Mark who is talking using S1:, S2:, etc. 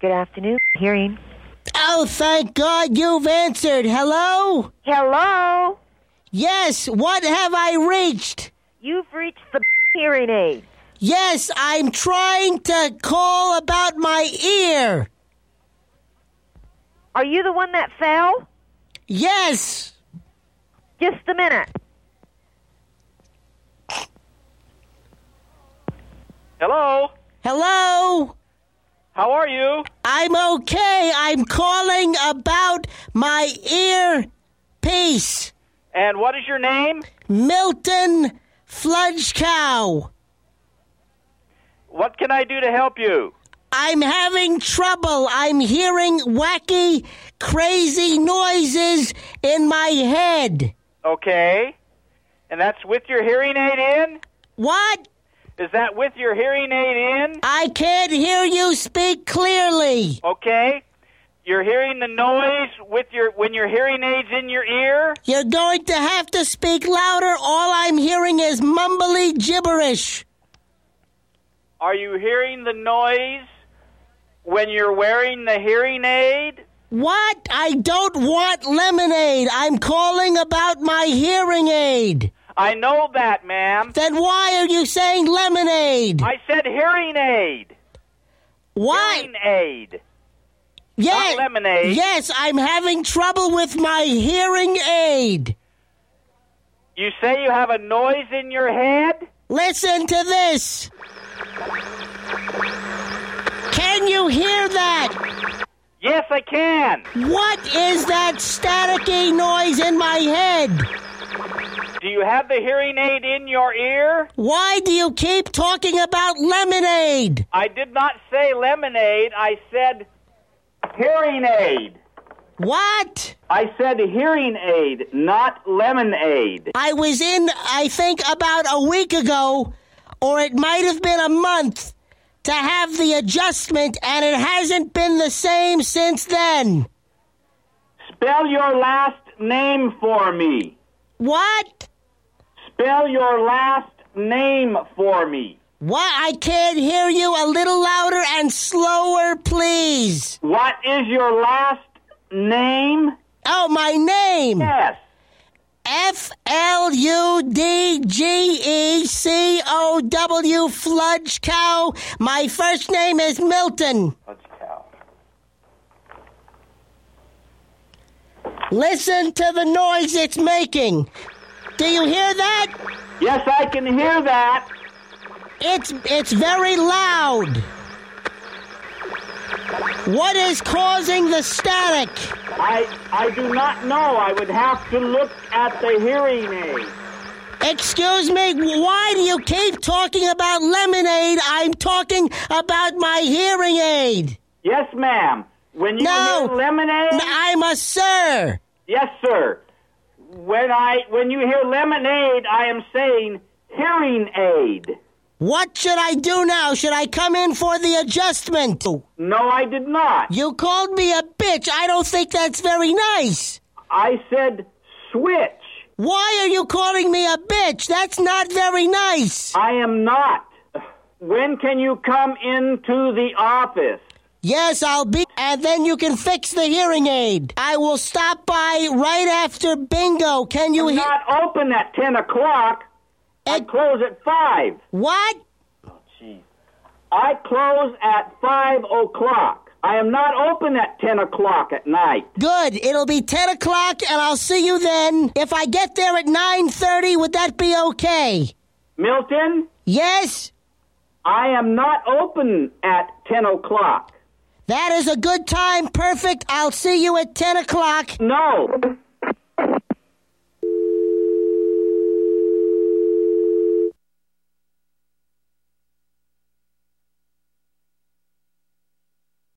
S1: Good afternoon. Hearing.
S2: Oh, thank God you've answered. Hello?
S1: Hello.
S2: Yes, what have I reached?
S1: You've reached the hearing aid.
S2: Yes, I'm trying to call about my ear.
S1: Are you the one that fell?
S2: Yes.
S1: Just a minute.
S3: Hello.
S2: Hello?
S3: How are you?
S2: I'm okay. I'm calling about my ear piece.
S3: And what is your name?
S2: Milton Fludgecow.
S3: What can I do to help you?
S2: I'm having trouble. I'm hearing wacky, crazy noises in my head.
S3: Okay. And that's with your hearing aid in?
S2: What?
S3: Is that with your hearing aid in?
S2: I can't hear you speak clearly.
S3: Okay. You're hearing the noise with your when your hearing aids in your ear?
S2: You're going to have to speak louder. All I'm hearing is mumbly gibberish.
S3: Are you hearing the noise when you're wearing the hearing aid?
S2: What? I don't want lemonade. I'm calling about my hearing aid.
S3: I know that, ma'am.
S2: Then why are you saying lemonade?
S3: I said hearing aid.
S2: Why?
S3: Hearing aid.
S2: Yes.
S3: not lemonade.
S2: Yes, I'm having trouble with my hearing aid.
S3: You say you have a noise in your head?
S2: Listen to this. Can you hear that?
S3: Yes, I can.
S2: What is that staticky noise in my head?
S3: Do you have the hearing aid in your ear?
S2: Why do you keep talking about lemonade?
S3: I did not say lemonade. I said hearing aid.
S2: What?
S3: I said hearing aid, not lemonade.
S2: I was in, I think, about a week ago, or it might have been a month, to have the adjustment, and it hasn't been the same since then.
S3: Spell your last name for me.
S2: What?
S3: Spell your last name for me.
S2: What? I can't hear you. A little louder and slower, please.
S3: What is your last name?
S2: Oh, my name.
S3: Yes.
S2: F L U D G E C O W Fludge Cow. My first name is Milton.
S3: Let's cow.
S2: Listen to the noise it's making. Do you hear that?
S3: Yes, I can hear that.
S2: It's it's very loud. What is causing the static?
S3: I I do not know. I would have to look at the hearing aid.
S2: Excuse me, why do you keep talking about lemonade? I'm talking about my hearing aid.
S3: Yes, ma'am. When you
S2: No.
S3: hear lemonade,
S2: I'm a sir.
S3: yes, sir. When I when you hear lemonade, I am saying hearing aid.
S2: What should I do now? Should I come in for the adjustment?
S3: No, I did not.
S2: You called me a bitch. I don't think that's very nice.
S3: I said switch.
S2: Why are you calling me a bitch? That's not very nice.
S3: I am not. When can you come into the office?
S2: Yes, I'll be. And then you can fix the hearing aid. I will stop by right after bingo. Can you
S3: I'm
S2: hear?
S3: not open at ten o'clock. I
S2: Ed-
S3: close at five.
S2: What?
S3: Gee. I close at five o'clock. I am not open at ten o'clock at night.
S2: Good. It'll be 10 o'clock and I'll see you then. If I get there at 9.30, would that be okay?
S3: Milton,
S2: Yes?
S3: I am not open at ten o'clock.
S2: That is a good time. Perfect. I'll see you at 10 o'clock.
S3: No.